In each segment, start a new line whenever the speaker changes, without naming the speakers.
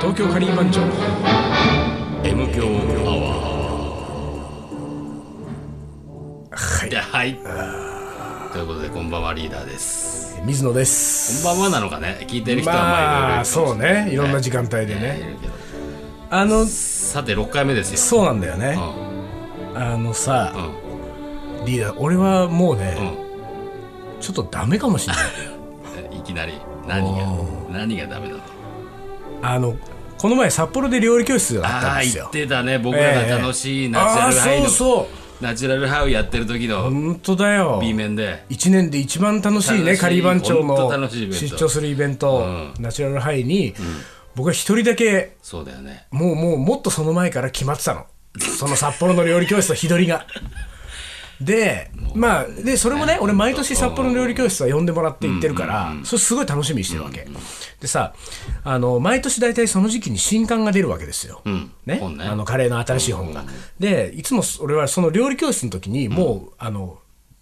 東京カリー番長
M 強アワ
はい
ーはいということでこんばんはリーダーです
水野で
こん
す
ばんはなのかね聞いてる人は
まあそうねいろんな時
間
間帯でね
いるけど
あの
さて6回目ですよ
そうなんだよね
う
あのさ
ん
リーダー俺はもうね
うん
ちょっとダメかもしれない
うんいきなり何
お
が何がダメだと
あのこの前札幌で料理教室があった
ああ
んで
ー
す
言
よ
ってたね僕らが楽しいナチュラルハイ
あ
の
ーそうそ
ナチュラルハイをやってる時
う
の
本当だよ
B 面で
一年で一番楽しい
楽
ね
しい
カリー番長
ほん
の
と楽しいイベント
出張するイベント、
うん
ナチュラルハイに、僕は一人だけ
そうだよね
もうもうもっとその前から決まってたのその札幌の料理教室の日取りがでまあでそれもね俺毎年札幌の料理教室は呼んでもらって行ってるから、それすごい楽しみにしてるわけ、でさあの毎年大体その時期に新刊が出るわけですよ、
ん
ね
本ね
あのカレーの新しい本が、でいつも俺はその料理教室の時にもう、あの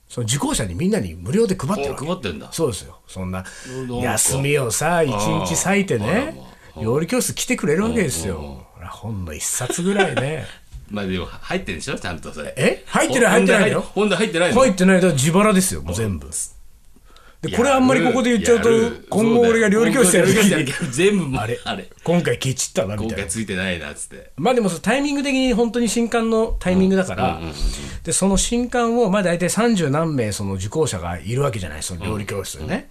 その受講者にみんなに無料で配ってる
お
わけ
配ってんだ
そうですよそんな
どうも
休みをさ一日割いて
あら
ね料理教室来てくれるわけですよほら本の一冊ぐらい ね
まあでも入ってるでしょちゃんとそれ
え入ってない入ってないよ
本題入ってないの
入ってないだから自腹ですよもう全部でこれあんまりここで言っちゃうと
やる
今後俺が料理教室やる
そうだよ
時
料理教室やる全部もう
あ
あ
れ
れ
今回ケチったなみ
今
たい
回
な
ついてないなっつって
まあでもそのタイミング的に本当に新刊のタイミングだから、でその新刊をまあ大体30何名その受講者がいるわけじゃないその料理教室にね、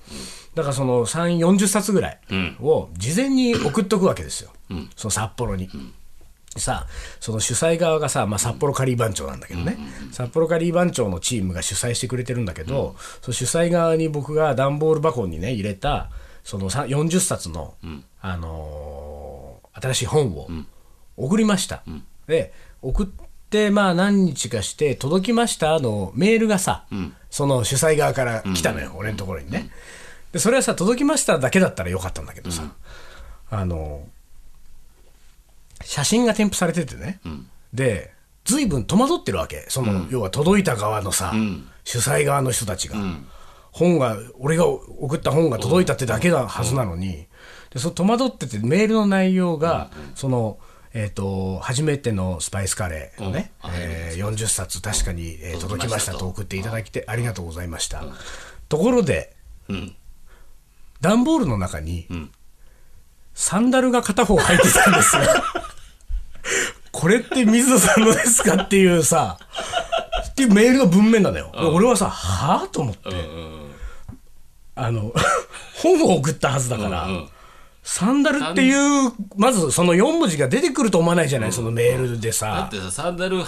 だからその3 4 0冊ぐらいを事前に送っとくわけですよ、その札幌に。さあその主催側がさ、まあ、札幌カリー番長なんだけどね、札幌カリー番長のチームが主催してくれてるんだけど、その主催側に僕が段ボール箱にね入れたそのさ40冊の、あのー新しい本を送りました、で送ってまあ何日かして「届きました」のメールがさ、その主催側から来たのよ、俺のところにね、でそれはさ「届きました」だけだったらよかったんだけどさ、あの写真が添付されててね、で随分戸惑ってるわけその、要は届いた側のさ、主催側の人たちが、本が俺が送った本が届いたってだけなはずなのに、でその戸惑っててメールの内容が、そのえー、と初めてのスパイスカレーのね、えー40冊確かに、えー届きましたと送っていただきてありがとうございました、ところで
うん
段ボールの中に、サンダルが片方入ってたんですよ。 これって水野さんのですかっていうさ、っていうメールの文面なんだよ。俺はさ、はぁと思って、あの、 本を送ったはずだから、
うんうん
サンダルっていう、まずその4文字が出てくると思わないじゃない、そのメールで
だ
さ
っ。てさサンダルは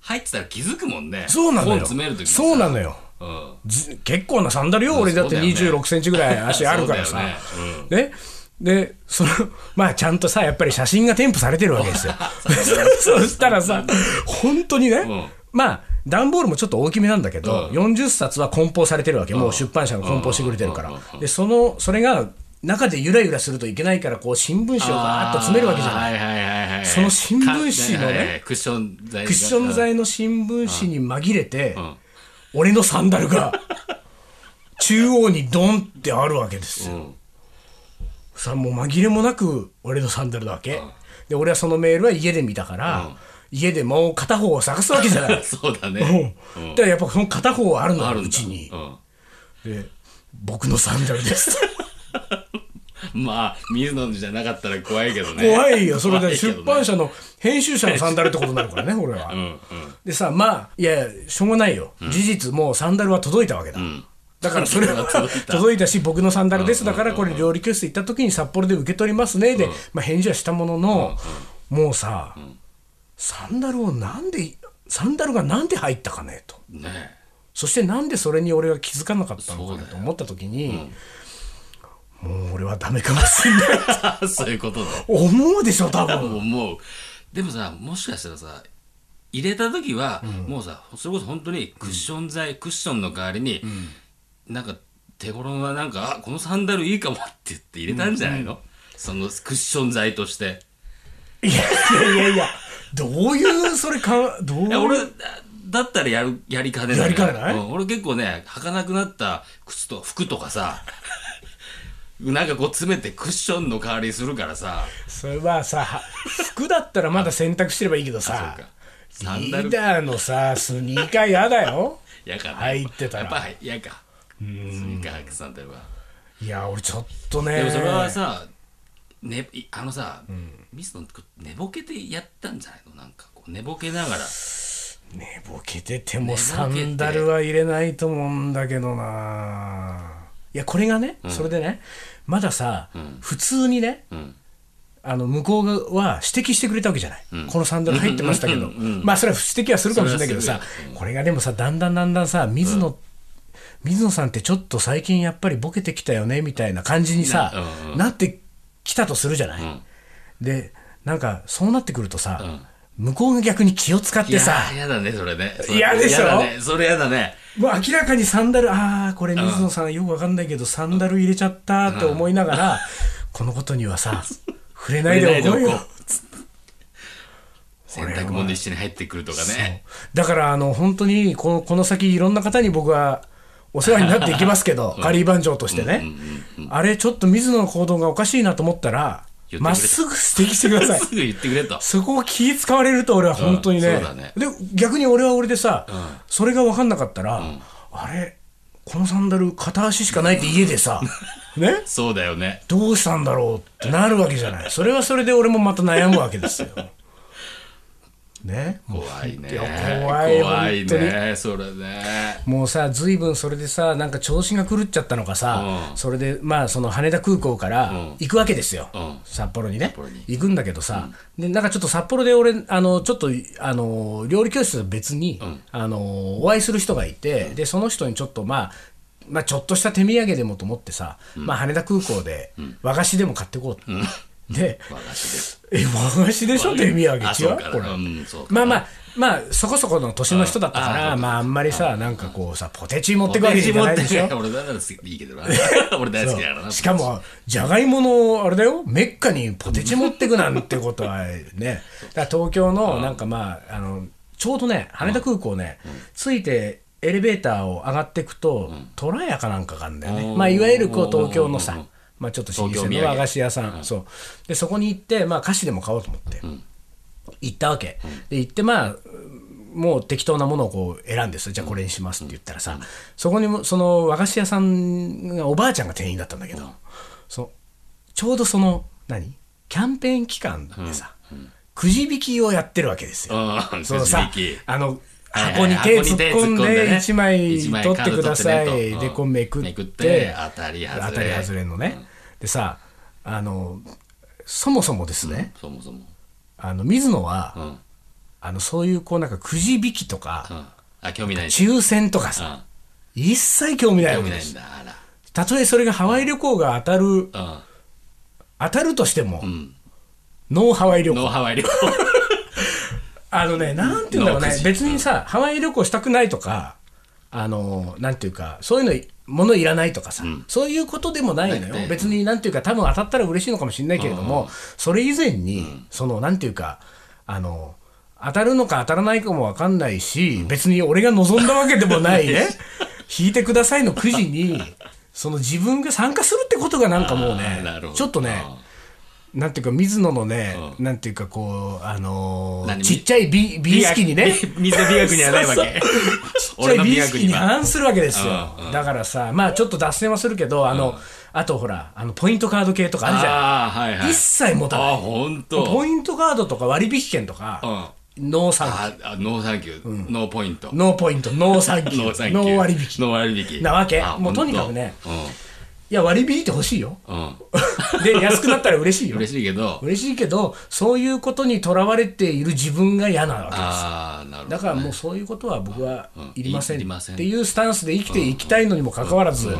入ってたら気づくもんね
そうなの
本
よ
詰める時。
そうな
の
のよ。
うん
ず結構なサンダルよ、俺だって
そうだよね
26センチぐらい足あるから
そ
さ
うだよね。
ねで、その、まあちゃんとさ、やっぱり写真が添付されてるわけですよ。 そしたらさ、本当にね、
ん
まあ、段ボールもちょっと大きめなんだけど、
うん
40冊は梱包されてるわけ、もう出版社が梱包してくれてるから
うんうん。
で、その、それが中でゆらゆらするといけないから、こう新聞紙をバーッと詰めるわけじゃない。
いはいはいはいはい
その新聞紙のね
かはいはいクッション材
クッション材の新聞紙に紛れて、
ん
俺のサンダルが中央にドンってあるわけですよ、
うん
さもう紛れもなく俺のサンダルなわけ、で俺はそのメールは家で見たから、家でもう片方を探すわけじゃない、
そうだ
う
ね
ん、だからやっぱその片方はあるの
あ
よ
るんだ
うちに、
う
で僕のサンダルです
ん まあ水野じゃなかったら怖いけどね
怖いよそれで
怖いけどね
出版社の編集者のサンダルってことになる からね俺は、
うん
でさまあいやしょうがないよ、事実もうサンダルは届いたわけだ、だからそれ は
サンダルは届いた
届いたし僕のサンダルです、だからこれ料理教室行った時に札幌で受け取りますねで、まあ、返事はしたものの、もうさ、サンダルをなんでサンダルがなんで入ったかねと
うんね
そしてなんでそれに俺は気づかなかったの
そ
か
うだ
な
よ
と思った時に、もう俺はダメかもしれない
え そういうことだ
思うでしょ多分
もうでもさもしかしたらさ入れた時は、もうさそれこそ本当にクッション材、クッションの代わりに、なんか手頃ななんかあこのサンダルいいかもって言って入れたんじゃないの、そのクッション材として
いやいやいやいやどういうそれかどう
いや俺だだったらやるやりかねない
やりかねない
うん俺結構ね履かなくなった靴と服とかさ なんかこう詰めてクッションの代わりにするからさ
それはさ服だったらまだ洗濯してればいいけどさ
そうかサン
リ
ダル
ーダーのさスニーカー嫌だよ
やかな
入ってたら
やっぱりやかスニーカー履くさんといえば
いや俺ちょっとね
でもそれはさ、ね、いあのさ、ミスの寝ぼけてやったんじゃないのなんかこう寝ぼけながら
寝ぼけてても
ぼけて
サンダルは入れないと思うんだけどないやこれがね、それでねまださ、普通にね
うん
あの向こうは指摘してくれたわけじゃない、このサンダル入ってましたけど、まあそれは指摘はするかもしれないけどさ、これがでもさだんだんだんだんさ水野、水野さんってちょっと最近やっぱりボケてきたよねみたいな感じにさ
な
な,、ってきたとするじゃない、でなんかそうなってくるとさ、向こうが逆に気を使っ
い
て
や
さ
ーやだねそれねそれ
嫌でしょ
やだねそれやだね
もう明らかにサンダル、ああ、これ水野さんよくわかんないけど、サンダル入れちゃったって思いながら、このことにはさ、触れないでおこうよ。
触れないでおこ 洗濯物で一緒に入ってくるとかね
だから、あの、本当にこの、この先いろんな方に僕はお世話になっていきますけど、カリー番長としてね。あれ、ちょっと水野の行動がおかしいなと思ったら
言ってくれ、た
まっすぐ指摘してください。
すぐ言ってくれと
そこを気使われると俺は本当にね,、
うんそうだね
で逆に俺は俺でさ、それが分かんなかったら、あれこのサンダル片足しかないって家でさね
そうだよ ね
どうしたんだろうってなるわけじゃないそれはそれで俺もまた悩むわけですよ。ね
怖いね
いや怖い
怖い
本
ねそれね
もうさ、ずいぶんそれでさ、なんか調子が狂っちゃったのかさ、それで、まあ、その羽田空港から行くわけですよ、
ん
札幌にね
幌に
行くんだけどさ、で、なんかちょっと札幌で俺、あのちょっとあの料理教室と別に、あのお会いする人がいて、でその人にちょっと、まあ、まあ、ちょっとした手土産でもと思ってさ、まあ、羽田空港で和菓子でも買ってこうと。で
和菓子です
え和菓子でしょ手土産違う
あそうかな
これ、
うんそうか
まあまあまあそこそこの年の人だったか
ああ
ら
そうか
まああんまりさなんかこうさポテチ持っ
持
てくわけじゃないでしょ
俺なら好きいいけどな 俺大 好きだからな
しかもじゃがいものあれだよメッカにポテチ持ってくなんてことは ねだから東京のなんかまああのちょうどね羽田空港ね着いてエレベーターを上がっていくと虎屋かなんかがあるんだよね
うん
まあいわゆるこう東京の
うんう
さ
ん
まあちょっと老舗
東京
の
土
和
産
菓子屋さん、そうでそこに行って、まあ、菓子でも買おうと思って、行ったわけ、で行ってまあもう適当なものをこう選んですじゃあこれにしますって言ったらさ、そこにもその和菓子屋さんがおばあちゃんが店員だったんだけど、そのちょうどその何キャンペーン期間でさ、くじ引きをやってるわけですよ。
うん
その
く
さ
じ引き
あの
はい
箱に手突っ込ん
箱に手突っ込んで
で
ね
1枚
一枚
取ってくださ
カード取って
い
ねと
でこうめくって
めくって当たり外れ
当たり外れのね、でさあのそもそもですね、
そもそも
あの水野は、
うん
あのそういうこうなんかくじ引きとか、
うんあ興味ないし
抽選とか
う
さ、
ん
一切興味ない
興
わけで
味ないん
す
だあら
たとえそれがハワイ旅行が当たる
う
当たるとしても、
んうん
ノーハワイ旅行
ノーハワイ旅行
あのねなんていうんだろう
ノー
ね
くじ
別にさハワイ旅行したくないとかあのなんていうかそういうのいものいらないとかさ、そういうことでもないの
だって
よ別になんていうか多分当たったら嬉しいのかもしれないけれども、それ以前に、そのなんていうかあの当たるのか当たらないかも分かんないし、別に俺が望んだわけでもない ね引いてくださいのくじにその自分が参加するってことがなんかもう
あー
ね
なるほど
ちょっとね、なんていうか水野のね、なんていうかこうあのー
何
ちっちゃい美美意識にね
水の美学にはないわけ俺の
美
美
意
学
識
に
に
は
反するわけですよ
うんう
だからさまあちょっと脱線はするけどあの、あとほらあのポイントカード系とかあるじゃ
ああはい
ん
はい
一切持たな
あ
い
本当
ポイントカードとか割引券とか、
あ
ノーサンキュー
あノーサンキューノーポイントノ
ノーポイントノーサンキュ
ーサン
ー
キュ
ノ
ー
ー割引
ノー割引
なわけ
あ
もうとにかくねいや割り引いてほしいよ
本当うんうん
で安くなったら嬉しいよ
嬉しいけど
嬉しいけどそういうことにとらわれている自分が嫌なわけです
ああなるほど
だからもうそういうことは僕は
ん
いりません
いりません
っていうスタンスで生きていきたいのにもかかわらず、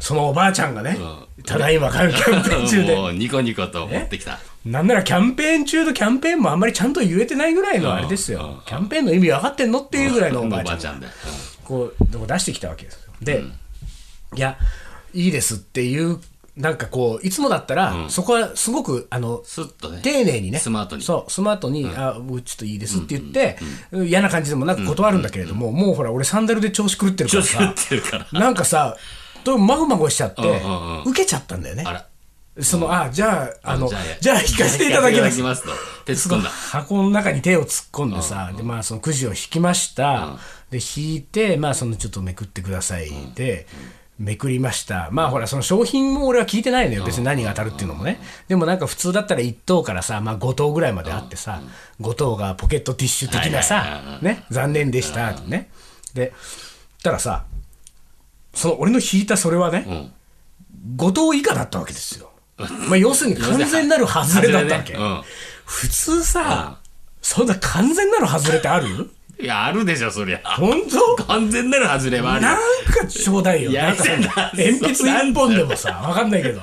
そのおばあちゃんがね、
う
ただいま買うキャンペーン中で、
もうニコニコと持ってきた
なんならキャンペーン中のキャンペーンもあんまりちゃんと言えてないぐらいのあれですよ、キャンペーンの意味分かってんのっていうぐらいのお
お
ば
ば
あちゃ
あ
ん
ち
が
ゃんで
こうこう出してきたわけですよ。で、いや、いいですっていう、なんかこう、いつもだったら、そこはすごく、あの、
スッとね
丁寧にね
スマートに
そうスマートに、あ僕ちょっといいですって言って、嫌な感じでもなく断るんだけれども、もうほら俺サンダルで調子狂ってるから
調子
さ
狂ってるから
なんかさとまごまごしちゃって、
うんうんうん
受けちゃったんだよね
あ。ら
その、あ、じゃあ、あの、
じ
じ
ゃ
ゃ
あ
あ引かせていただきます。
ますと手
そ
突っ
の
込んだ
箱の中に手を突っ込んでさ、でまあそのくじを引きました、で引いてまあそのちょっとめくってくださいで、めくりましたまあほらその商品も俺は聞いてないのよ別に何が当たるっていうのもね、でもなんか普通だったら1等からさ、まあ、5等ぐらいまであってさ、5等がポケットティッシュ的な
はいはいはい
さ
は、
ね、残念でしたってねでたらさその俺の引いたそれはね、
うん
5等以下だったわけです よ。まあ、要するに完全なる外れだったわけ。
外れねうん
普通さ、そんな完全なる外れってある
いやあるでしょそりゃ
本当
完全なる外れはある
なんかちょうだいよ。
いや
なんかさ
いや
鉛筆一本でもさ、わかんないけ ど。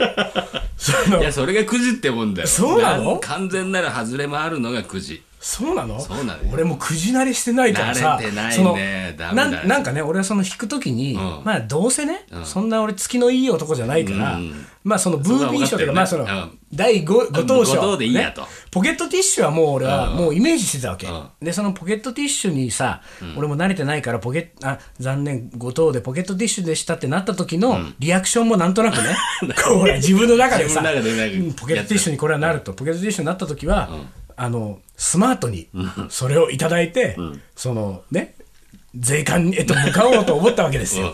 その
いやそれがくじってもんだよ
そうなの
ん完全なる外れもあるのがくじ
そうなの
そうなのよ
俺もうくじ慣れしてないからさ。
慣れてないね
その
ダメだよ
なんなんかね、俺はその引くときに、
ん
まあどうせね、そんな俺月のいい男じゃないから、
うん
まあそのブービー賞とか、まあ
そ
そ
れ
の
は分かってる
第
ね、
5,
ん
等賞、
五等でいいやと
ポケットティッシュはもう俺はもうイメージしてたわけ。
ん
で、そのポケットティッシュにさ、俺も慣れてないから、ポケット、あ、残念、5等でポケットティッシュでしたってなった時のリアクションもなんとなく ね、こうほら自分の中でさ、
自分の中でなんか
ポケットティッシュにこれはなると、ポケットティッシュになった時は、あのスマートにそれをいただいて、そのね税関へと向かおうと思ったわけです
うんう
よ。
ん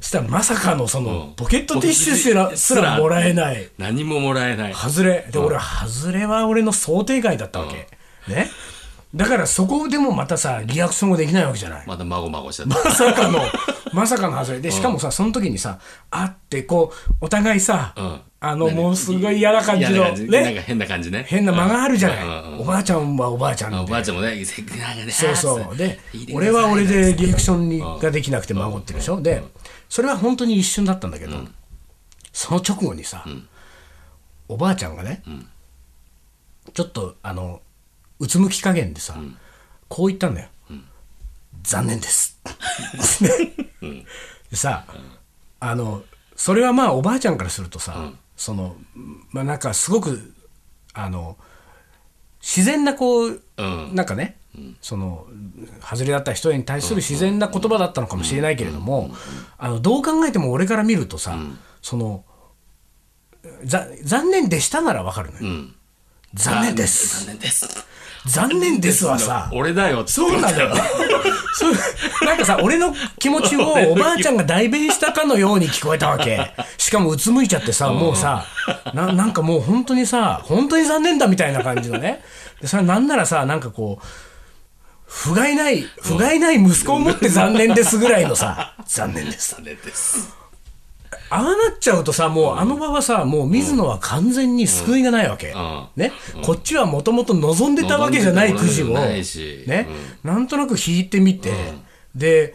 そしたらまさかのその
ん
ポケットティッシュすらすらもらえない
何ももらえない
外れで俺は外れは俺の想定外だったわけ、ねだからそこでもまたさリアクションもできないわけじゃない。
またまごまごしちゃった
まさかの、まさかの外れ。で、しかもさ、その時にさ、あって、こう、お互いさ、
うん
あの、もうすごい嫌な感じ
嫌な
の、
なんか
ね、
変な感じね
変な間があるじゃない、
うんうんうん
おばあちゃんはおばあちゃ
あ
ん
お
で、
ばあちゃんもねせっかくなんかね
そう
あ
そ
ー
うで
引いてくださ
俺
い
は俺でリアクションにができなくて守ってるでしょでそれは本当に一瞬だったんだけど、その直後にさ、おばあちゃんがね、ちょっとあのうつむき加減でさ、こう言ったんだよ、残念です でさ、あのそれはまあおばあちゃんからするとさ、そのまあなんかすごくあの自然なこう、
うん
なんかね、その外れだった人に対する自然な言葉だったのかもしれないけれども、あのどう考えても俺から見るとさ、そのざ残念でしたならわかるのよ、
ん
残念です
残念です
残念ですはさ
俺だよ
そうなんだよそうなんかさ俺の気持ちをおばあちゃんが代弁したかのように聞こえたわけしかもうつむいちゃってさもうさななんかもう本当にさ本当に残念だみたいな感じのねでそれなんならさなんかこう不甲斐ない不甲斐ない息子を持って残念ですぐらいの さ残念です
残念です
ああなっちゃうとさ、もうあの場はさ、もう水野は完全に救いがないわけ。
ん
ね、こっちはもともと望んでたわけじゃないくじを、
望んでたものでもな
ね
いし、
なんとなく引いてみて、で、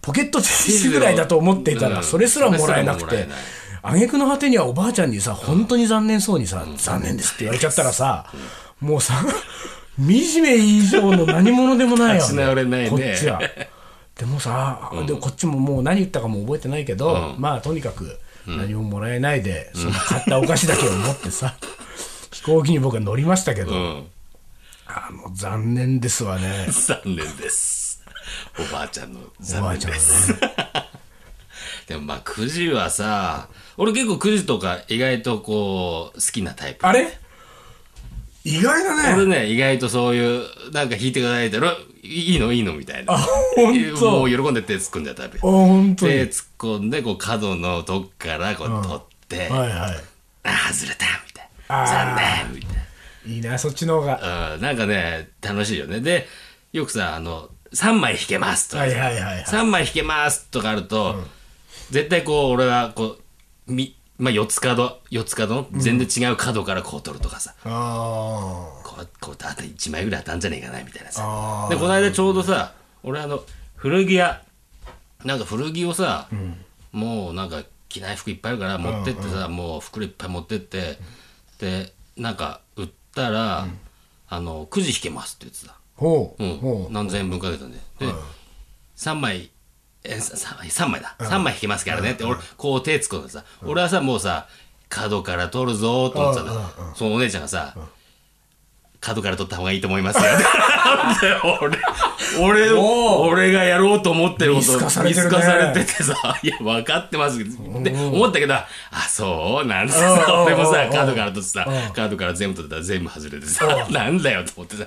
ポケットティッシュぐらいだと思っていた
うん
ら、それすらもらえなく
それす
て
らもらえない、
挙句の果てにはおばあちゃんにさ、本当に残念そうにさ、残念ですって言われちゃったらさ、もうさ、惨め以上の何者でもないよ、
立ち直れないね
こっちは。でもさ、でこっちももう何言ったかも覚えてないけど、まあとにかく何ももらえないで、その買ったお菓子だけを持って さ、飛行機に僕は乗りましたけど、
うん
あの残念ですわね、
残念ですおばあちゃんの
おばあ
残
ちゃ
念
ん
で
は
す
ね。
でもまあくじはさ俺結構くじとか意外とこう好きなタイプ
あれ意外だ
俺
ね。
ね意外とそういうなんか弾いてくださいって言ったらいいのいいのみたいな
あ、ほん
も
と。
う
あ、
喜んで手突っ込んじゃったわけ
ほんとに。
手突っ込んでこう角のとこからこう取って、
はいは
あ外れたみたい
あ
な残
ー。
念みたいない
いいな、そっちの方が。
うんなんかね、楽しいよね。で、よくさ、あの、3枚引けますとか
は
さ、
いはいはいはい。
3枚引けますとかあると、絶対こう、俺はこう、み、まあ、四つ角、四つ角の全然違う角からこう取るとかさ、
あ
こう、こう、あと1枚ぐらい当たんじゃねえかな、みたいな
あ。
さ。
あ
で、この間ちょうどさ、俺あの、古着屋、なんか古着をさ、もうなんか着ない服いっぱいあるから持ってってさ、もう袋いっぱい持ってって、で、なんか売ったら、あの、くじ引けますって言ってた。
あ。ほう。
う
ほ
ん、
う。
何千円分かけたんで。で、3枚、え、3枚、三枚だ。3枚引きますからねって、俺、こう手つこんでさ、俺はさ、もうさ、角から取るぞーと思ってたんだ。そのお姉ちゃんがさ、角から取った方がいいと思いますよ。 俺、俺、
おー
俺がやろうと思ってること
見透かされてるね
見透かされててさ、いや、分かってますって思ったけど、あ、そうなんです
うん
俺もさ
う、ん
角から取ってさ
う、
カードから全部取ったら全部外れてさ、 なんだよと思ってさ、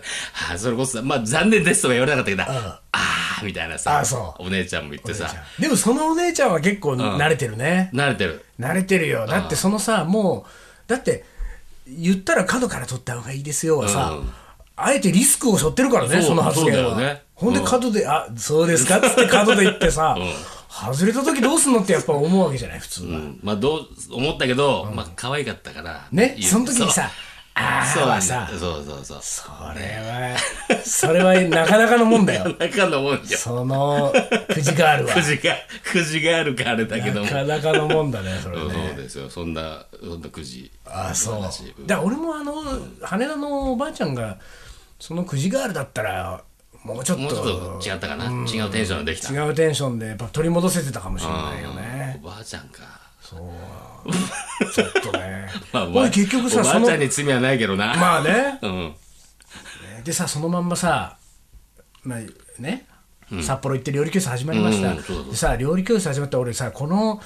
あ、それこそさ、まあ残念ですとは言われなかったけど、あーみたいなさ
あそ、
お姉ちゃんも言ってさ、
でもそのお姉ちゃんは結構慣れてるね、
慣れてる。
慣れてるよだってそのさもうだって言ったら角から取った方がいいですよはさ、
うん
あえてリスクを背負ってるからね
そう
その発言は
そうだよね
ほんで角で「あそうですか」っつって角で言ってさ、外れた時どうすんのってやっぱ思うわけじゃない普通は、
うんまあどう、思ったけど、まあ可愛かったから。
ね
いいよ
その時にさ「あ
そ
あ」
うな
は
んだ
さ
そうそうそう。
それはそれはなかなかのもんだよ
中のもんじゃん。
そのくじガールは
くじが、くじがあるからあれだけども。
な
そ
かなかのもんだねそれ
う
ね
ですよ。そんな、そんなくじ。
あそうだ
話
から俺もあの羽田のおばあちゃんがそのくじガールだったらもうちょっ
もうちょっ
と
と違ったかな。違うテンションでできた。
違うテンションでやっぱ取り戻せてたかもしれないよ
う
ね
んおばあちゃんか。
ちょっとね
まあおばあ
おい結局さ
おば
そ
あ
の
ちゃんに罪はないけどな。
まあね
うん。
でさそのまんまさまあね札幌行って料理教室始まりました、
うんそうだそう
でさ料理教室始まった俺さこの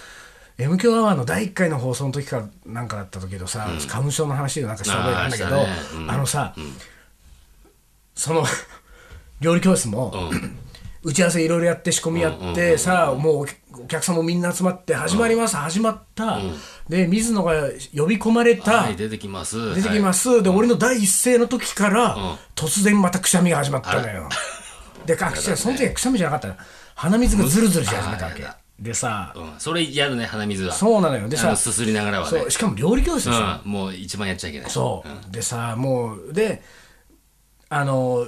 M 強アワーの第1回の放送の時かなんかだったけどさ、花粉症の話でなんかした覚えがあるんだけど
あ
あ,、
ーしたねうん
のさ、その 料理教室も、打ち合わせいろいろやって仕込みやって、さあもうお客お客さんもみんな集まって始まります、始まった、で水野が呼び込まれた、
はい、出てきます。。
出てきますす、で俺の第一声の時から、突然またくしゃみが始まったのよ でかくしゃその時はくしゃみじゃなかったな鼻水がズルズルし始めたわけ
あーやだ
でさ、
うん。それやるね、鼻水は。う。
そうなのよで
あ
さ
の、すすりながらはね
そう。しかも料理教室でしょ、
うん。もう一番やっちゃいけない。
そう、でさもうであの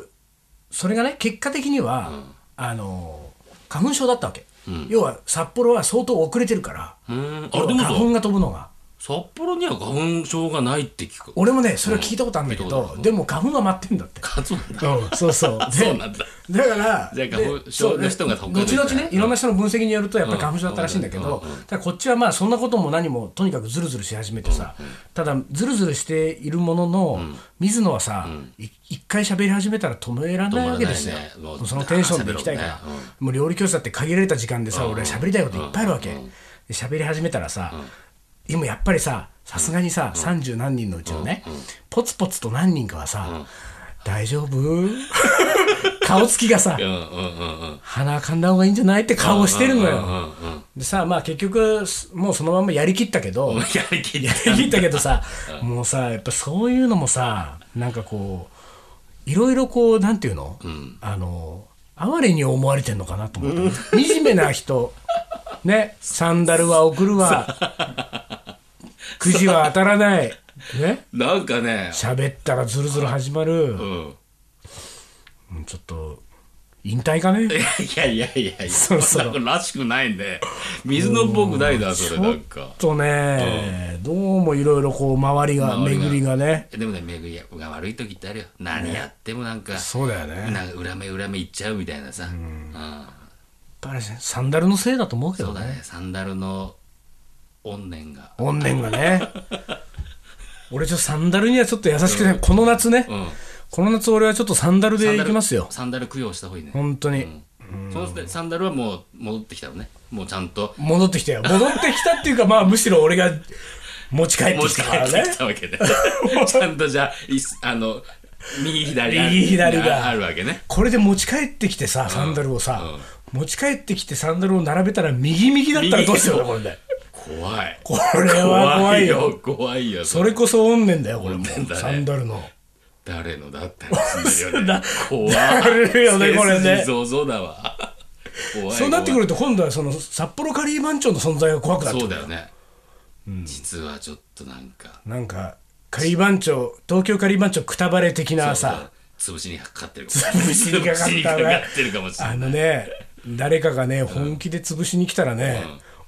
それがね結果的には、あの花粉症だったわけ、要は札幌は相当遅れてるから、
う。うん。あ
要は
れでも
花
さ、
粉が飛ぶのが。
札幌には花粉症がないって聞く。
俺もねそれは聞いたことあるんだけ
うん聞いたこ
ど、
とある
でも花粉が待ってんだって
あそうなんだ。
うん、そうそう。で
そうなんだ。
だから、
じゃあ
で
花粉症
そう
の人が得意
後々
うん
ね、いろんな人の分析によると、やっぱり花粉症だったらしいんだけど、ただこっちはまあ、そんなことも何も、とにかくズルズルし始めてさ、ただ、ズルズルしているものの、水野はさ、い一回喋り始めたら止められないわけですよ
止まらないねも。う
そのテンションでいきたいから
あー喋ろうね。
もう料理教室だって限られた時間でさ、俺は喋りたいこといっぱいあるわけ。で喋り始めたらさ、今やっぱりさ、さすがにさ、30何人のうちのね、ポツポツと何人かはさ、大丈夫 顔つきがさ
う、んうんうんうん。
鼻かんだ方がいいんじゃないって顔をしてるの
うんう
よ。
んうん。
でさ、まあ結局、すもうそのまんまやりきったけど、や
やりきり
りきったけどさ、もうさ、やっぱそういうのもさ、なんかこう、いろいろこう、なんていうの、あの、哀れに思われてんのかなと思って、惨めな人、 ね、サンダルは送るわ、くじは当たらない、ね、
なんかね、
喋ったらズルズル始まる
う、ん。
うんちょっと、引退かね
いやいやいやいや、
そろそろ
なんからしくないんで、水の僕ないな、それなんか。
ちょっとね、どうもいろいろこう周りが
周りが
巡りがね
でもね、巡りが悪い時ってあるよ。何やってもなんか、
そうだよねやっ
なんか裏目裏目いっちゃうみたいなさ。うん
ぱりサンダルのせいだと思うけ
そ
ど
うだ
ね
ね、サンダルの怨念が。
怨念がね俺ちょっとサンダルにはちょっと優しくねこの夏ね、
うん
この夏俺はちょっとサンダルで
サンダ
行
ル
きますよ
サンダル供養した方がいいね。
本当に、
その時サンダルはもう戻ってきたのね。もうちゃんと
戻ってきたよ戻ってきたっていうかまあむしろ俺が持ち帰って
持
き
ち
た
帰
から
っ
ね
てきたわ けで。ちゃんとじゃあ、いすあの、右左ある
右左が
あるわけね。
これで持ち帰ってきてさサンダルをさ、持ち帰ってきてサンダルを並べたら右右だったらどうしようねこれね
怖い。
これは怖いよ。
怖いよ。
それこそ怨念だよ、これも
怨念だね
サンダルの。
誰のだったりする よね
だ。
怖い。
だるよねこれね
背筋ぞうぞうだわ。怖い。
そうなってく
る。
ると、今度はその札幌カリー番長の存在が怖くなってく
そう
る。
だよね。実はちょっとなんか。
なんか、カリー番長、東京カリー番長くたばれ的なさ、
そうそう。潰しにかかってる。
潰しにかかったね
潰しにかかってるかもしれな
あ
い。
のね、誰かがね、本気で潰しに来たらね、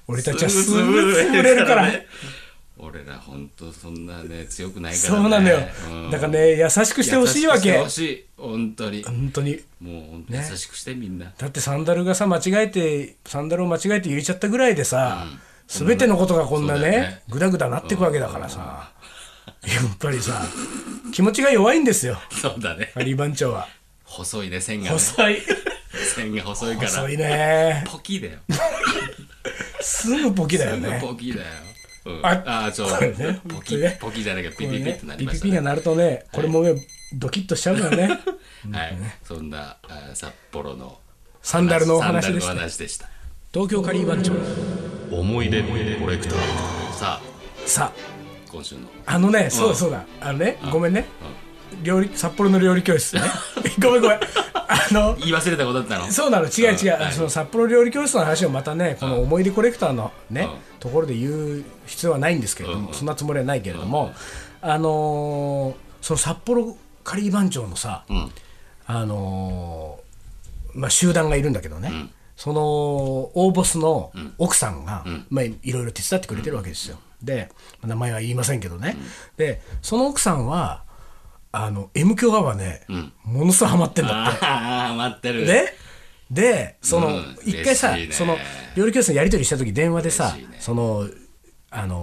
俺たちはすぐ
潰
潰れるから。
ね俺ら本当そんなね強くないからね。
そうなのよ
う。ん
だからね、優しくしてほしいわけ
優しく。してほしい本当に。
本当に。
もう本当に優しくしてみんな。
だってサンダルがさ、間違えて、サンダルを間違えて入れちゃったぐらいでさ、すべてのことがこんな
そうだよね
ね、ぐだぐだなっていくわけだからさ、やっぱりさ、気持ちが弱いんですよ
そうだね
カリー番長 は
細いね線がね
細い
線が細いから
細いね
ポキだよ
すぐポキだよね
ポキだよ、うん、
あ
ああそう
これね
ポ
本当
キ
ね
ポキじゃなきゃピ
これ
ピピっ
ね
てなり
ピ
ま
ピ
した
ピが
ね
鳴るとねこれもねドキッとしちゃうからね
はいそんなあ札幌の
サンダルのお
サ
話
ンダ
で
ルの
し
お
た
話でした
東京カリー番長
思い出コレクターさあ
さ
今週の
ああのねそうだそうだあのねごめんね料理札幌の料理教 室ねごめんごめんあの
言い忘れたことだったの
そうなの違う違う、
うんはい
その札幌料理教室の話をまたねこの思い出コレクターのね、
う
ところで言う必要はないんですけれども、
うん
そんなつもりはないけれども、あのーその札幌カリー番長のさ、
ん
あのーまあ、集団がいるんだけどね、その大ボスの奥さんが、まあ、いろいろ手伝ってくれてるわけですよ。で名前は言いませんけどね、でその奥さんはあの M 響アワーね、ものすごいハマってんだって。
ああ待ってる
で、で、その
うん、
一回さ
嬉しい、ね
その、料理教室のやり取りした時電話でさ
嬉しいね、
その、あの、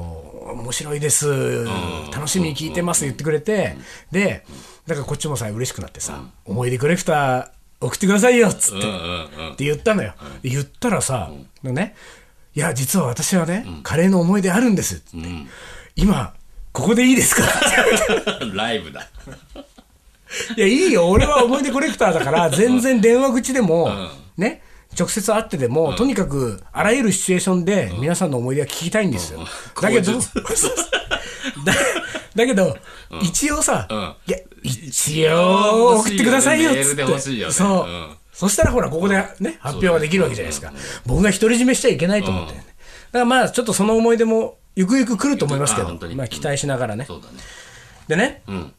面白いです、楽しみに聞いてます言ってくれて、で、だからこっちもさ、嬉しくなってさ、思い出コレクター送ってくださいよ、っつっ
うん
て
う、んうん
って言ったのよ。で言ったらさ、ね、いや、実は私はね、カレーの思い出あるんですって。今、ここでいいですかって
ライブだ。
いや、いいよ、俺は思い出コレクターだから、全然電話口でも、ね、直接会ってでも、とにかく、あらゆるシチュエーションで、皆さんの思い出は聞きたいんですよ。だけど、
口
そうそう だだけど、一応さ、
う
いや、一応、送ってくださいよ、
欲しいよ
つ
ね
っ
メールで欲しいよ
て。
ね
そう
うん。
そしたらほら、ここでね、発表ができるわけじゃないですか。僕が独り占めしちゃいけないと思って。だからまあ、ちょっとその思い出も、ゆくゆく来ると思いますけ
あ
ど
本当、に
まあ、期待しながらね。
そうだね。
でね、
うん。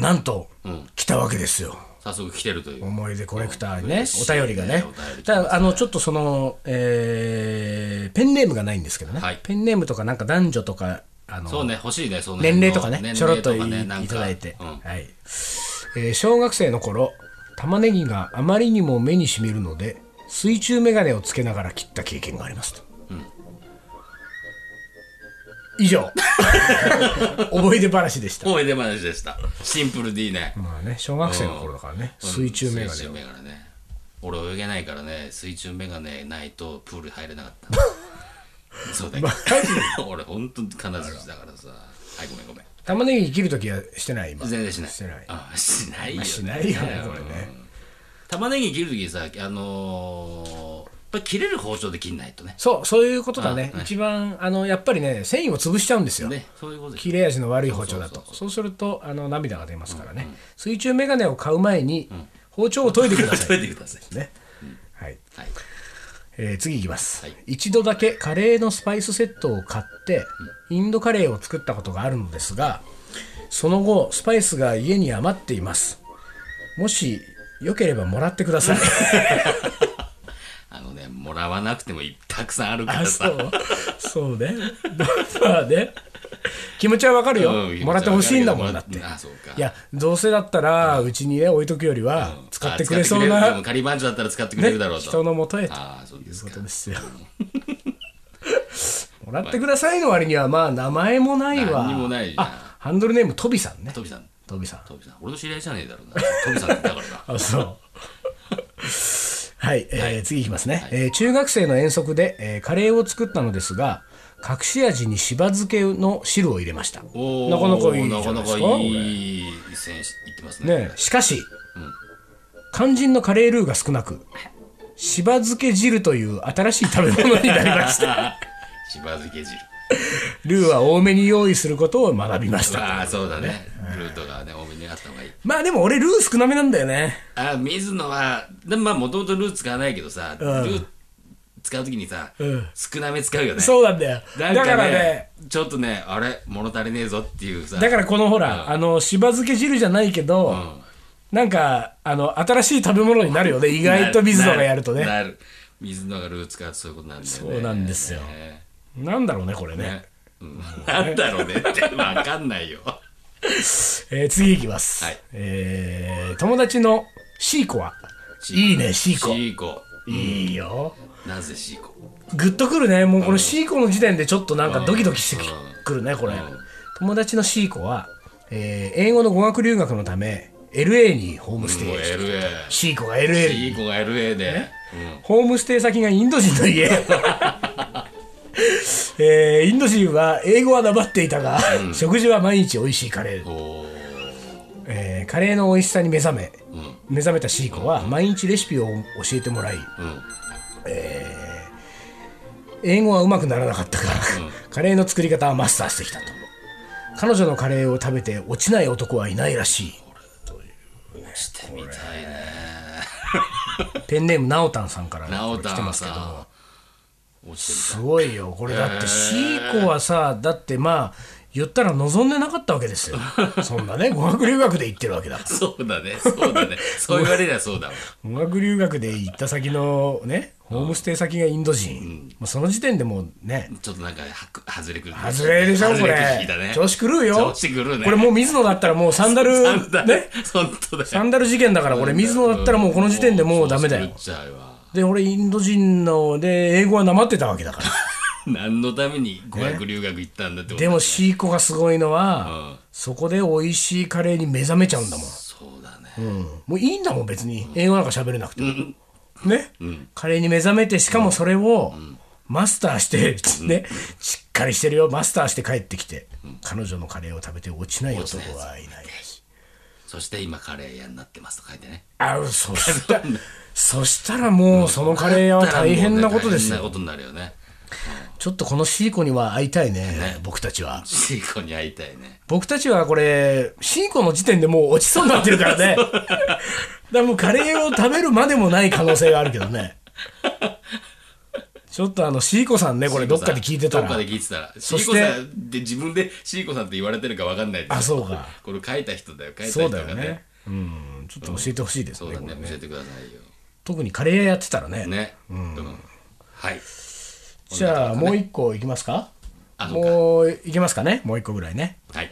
なんと
ん、
来たわけですよ。
早速来てるという。
思い出コレクターに
う
ね
ん、
お便りがね
嬉しいねお便り。
ただ、あの、ちょっとその、えーペンネームがないんですけどね
はい。
ペンネームとか、なんか男女とか、あ
そう
の、
ね、欲しいね、その
年
辺の
齢とかね、
年
ちょろ
齢
っとい
かねなんか
いただいて。
うん
はい。えー小学生の頃、玉ねぎがあまりにも目にしみるので、水中メガネをつけながら切った経験がありますと。以 上。思い出話でした。
思い出話でした。シンプルでいいね。
まあね、小学生の頃だからね、水中メガネ
水
を
中。メガネね。俺泳げないからね、水中メガネないとプール入れなか った。そうだよ。 俺本当に金槌だからさ。はい、ごめんごめん。
玉ねぎ切るときはしてない今
全然しない。
してない
あ、しないよ、ね。
しないよねこれね
うん。玉ねぎ切るときさ、あのー、やっぱり切れる包丁で切んないとね。
そうそういうことだね
あはい
一番あのやっぱりね繊維を潰しちゃうんですよ
ね、そういうことです
切れ味の悪い包丁だとそうするとあの涙が出ますからね、水中メガネを買う前に、包丁を研いでくださ
食
い、
べてください。
ねはい
はい。
えー次いきます、
はい
一度だけカレーのスパイスセットを買って、インドカレーを作ったことがあるのですがその後スパイスが家に余っていますもしよければもらってく ださい
あのね、もらわなくてもいたくさんあるか
あ
ら
そ
さ。
うそうね まあね気持ちはわかるよ、
うん
もらってほしいんだもん
も
だ
ら
っ
っててあそうか
いやどうせだったらうちにね置いとくよりは使ってくれそう
あ使ってくれるで
な、
も仮番長だったら使ってくれ
ね
るだろうと。
人のもとへと
ああ、そうです
いうこと
か。
ですよ もらってくださいの割にはまあ名前もないわ
何にもないな
あハンドルネームトビさんね
トビさん、
トビさん
トビさん。俺の知り合いじゃねえだろうな。トビさんってだか らな。
あそうはい、えー次いきますね、えー中学生の遠足で、えーカレーを作ったのですが隠し味にしば漬けの汁を入れましたな
おー
かなかいいじゃ
なか
ない
な
です
か
か
いい選手いってます
これ
ね。
ねしかし、肝心のカレールーが少なくしば漬け汁という新しい食べ物になりました
しば漬け汁。
ルーは多めに用意することを学びました
ああ、そうだね。ルートがね、多めにあった方がいい。
まあでも俺ルー少なめなんだよね
あ水野はでもまあもともとルー使わないけどさ、ルー使うときにさ、
ん
少なめ使うよね
そうなんだよ
なん
だ
か
か
ね
らね
ちょっとねあれ物足りねえぞっていうさ
だからこのほら、あのしば漬け汁じゃないけど、なんかあの新しい食べ物になるよね意外と水野がやるとね
な
な
なる水野がルー使うとそういうことなんだよね
そうなんですよ
ね
んだろうねこれね
ねうん、なんだろうねって分かんないよ
えー次いきます、
はい
えー友達のシーコはいいねシーコ
シーコ
いいよ
なぜシーコ
グッとくるねもうこのシーコの時点でちょっとなんかドキドキしてくるねこれ、友達のシーコはえー英語の語学留学のため LA にホームステイ
もう
して
LA
シーコが LA に
いい子が LA で、
ホームステイ先がインド人の家 えーインド人は英語はなまっていたが、食事は毎日美味しいカレー、
うん、おー
えーカレーの美味しさに目覚め、
ん
目覚めたシーコは毎日レシピを教えてもらい、
うん
英語はうまくならなかったが、 カレーの作り方はマスターしてきたと彼女のカレーを食べて落ちない男はいないらしい
してみたいね
ペンネームなおたんさんから
なお
これ来て
た
ま
ん
すけど
さん落ちて
すごいよこれだってシーコはさだってまあ言ったら望んでなかったわけですよそんなね語学留学で行ってるわけだから
みたいそうだねそうだねそう言われりゃそうだわ
語学留学で行った先のねホームステイ先がインド人、まあ、その時点でもうね
ちょっとなんかはく外れくる
外れでしょこ
外て
れ
きたね
調子狂うよ
調子狂うね
これもう水野だったらもうサンダル
サンダル
ね
本当だよ
サンダル事件だからこれ水野だったらもうこの時点でもうダメだ
も
よ
うそう狂っちゃうわ
で俺インド人ので英語はなまってたわけだから
何のために語学留学行ったんだってこと
でもシーコがすごいの
う
は、
ん
そこで美味しいカレーに目覚めちゃうんだもん、
そうだね
うんもういいんだもん別に英語なんか喋れなくても、ね、カレーに目覚めてしかもそれをマスターして、ねしっかりしてるよマスターして帰ってきて、彼女のカレーを食べて落ちない男はいない
そして今カレー屋になってますと書いてね
あそしたらそしたらもうそのカレー屋は大変なことです
大変な
よ
ことになるよね
ちょっとこのシーコには会いたいね僕たちは
シーコに会いたいね
僕たちはこれ、シーコの時点でもう落ちそうになってるからね。 だからもうカレーを食べるまでもない可能性があるけどね。ちょっとあの、シーコさんね、これどっかで聞いてた
どっ
ら
か。で聞いてたらシ
そ
ー
し
コ
て
さんで自分でシーコさんって言われてるかわかんないけど
あそうか
これ書いた人だよ書いた
そ
人
うだ
が
よね
ね。
うん、ちょっと教えてほしいです
そう
ね。
だ
これ
ね
ね
教えてくださいよ
特にカレー屋やってたらね。
ねうんはい
じゃあ、もう一個いきますか
あそうか
もう、いきますかね。もう一個ぐらいね。
はい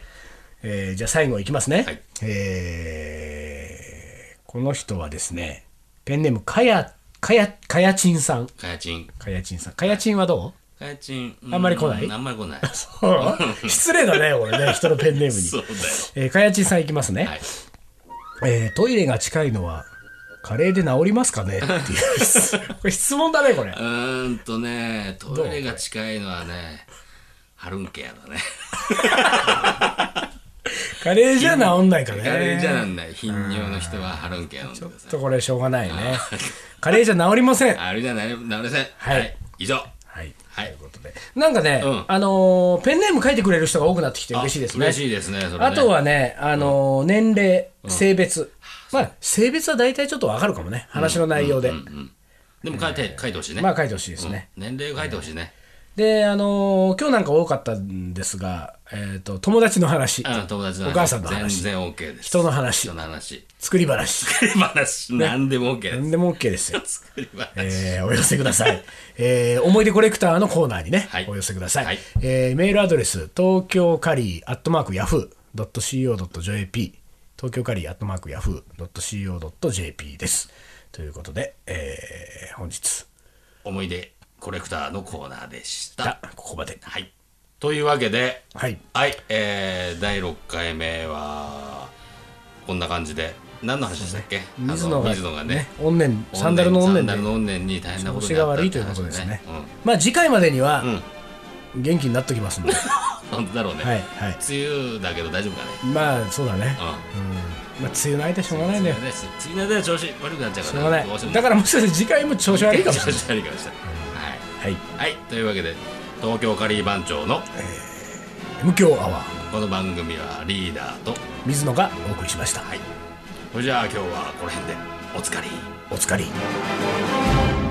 えーじゃあ最後いきますね、
はい
えーこの人はですねペンネームかやかやかやちんさん
かやちん
かやちんさんかやちんはどう
かやちんう
あんまり来ない
あんまり 来ない
失礼だね俺ね人のペンネーム
そう
に、
だよ
えー、かやちんさんいきますね、
はい
えートイレが近いのはカレーで治りますかねっていう質これ質問だねこれ
うーんとねトイレが近いのはねハルンケアだね
カレーじゃ治んないかね
カレーじゃなんない頻尿の人はハルンケア飲んでくだ
ちょ
さ
っ
い
とこれしょうがないねカレーじゃ治りません
あれじゃないなれせん
はい
以上
はい
はい
ということでなんかね、
うん
あのーペンネーム書いてくれる人が多くなってきて嬉しいですね。
嬉しいですねそれね
あとはね、あのー年齢、性別、まあ、性別は大体ちょっとわかるかもね、話の内容で、
でも書いて書いてほしいね
まあ書いてほしいですね。
年齢書いてほしいね
で、あのー今日なんか多かったんですが、えー、と友達の話、
あの友達の話
お母さんの話
全然 OK です
人の話
人、の話
作り話、
作り話何でも OK で
何でも OK ですよ。
す 作り話
えーお寄せください、えー思い出コレクターのコーナーにね、
はい
お寄せください、
はい
えーメールアドレス東京カリーアットマークヤフー .co.jp 東京カリーアットマークヤフー .co.jp ですということで、えー本日
思い出コレクターのコーナーでした
だここまで
はいというわけで
はい
はい、えー、第6回目はこんな感じで何の話でしたっけあの
水野が
水野がね
怨念サンダルの
怨念
怨
サンダル
念
の
で
怨念に大変なこと
腰
にな
が
った
悪いということですねまあ次回までには元気になっときますん で、は
うん、本当だろうね、
いはい
梅雨だけど大丈夫かね
まあそうだね、
うん
うんまあ、梅雨の間しょうがないね
梅雨です梅雨の間は調子悪くなっちゃう
し
か
ょう
ら
がない
どうしても
だからもしかして次回も調子悪いかもしれない
調子悪いかもしれない
はい
はい、はい、というわけで東京カリー番長の
無教アワー
この番組はリーダーと
水野がお送りしました
はいそれじゃあ今日はこの辺でおつかり
お疲れ。
「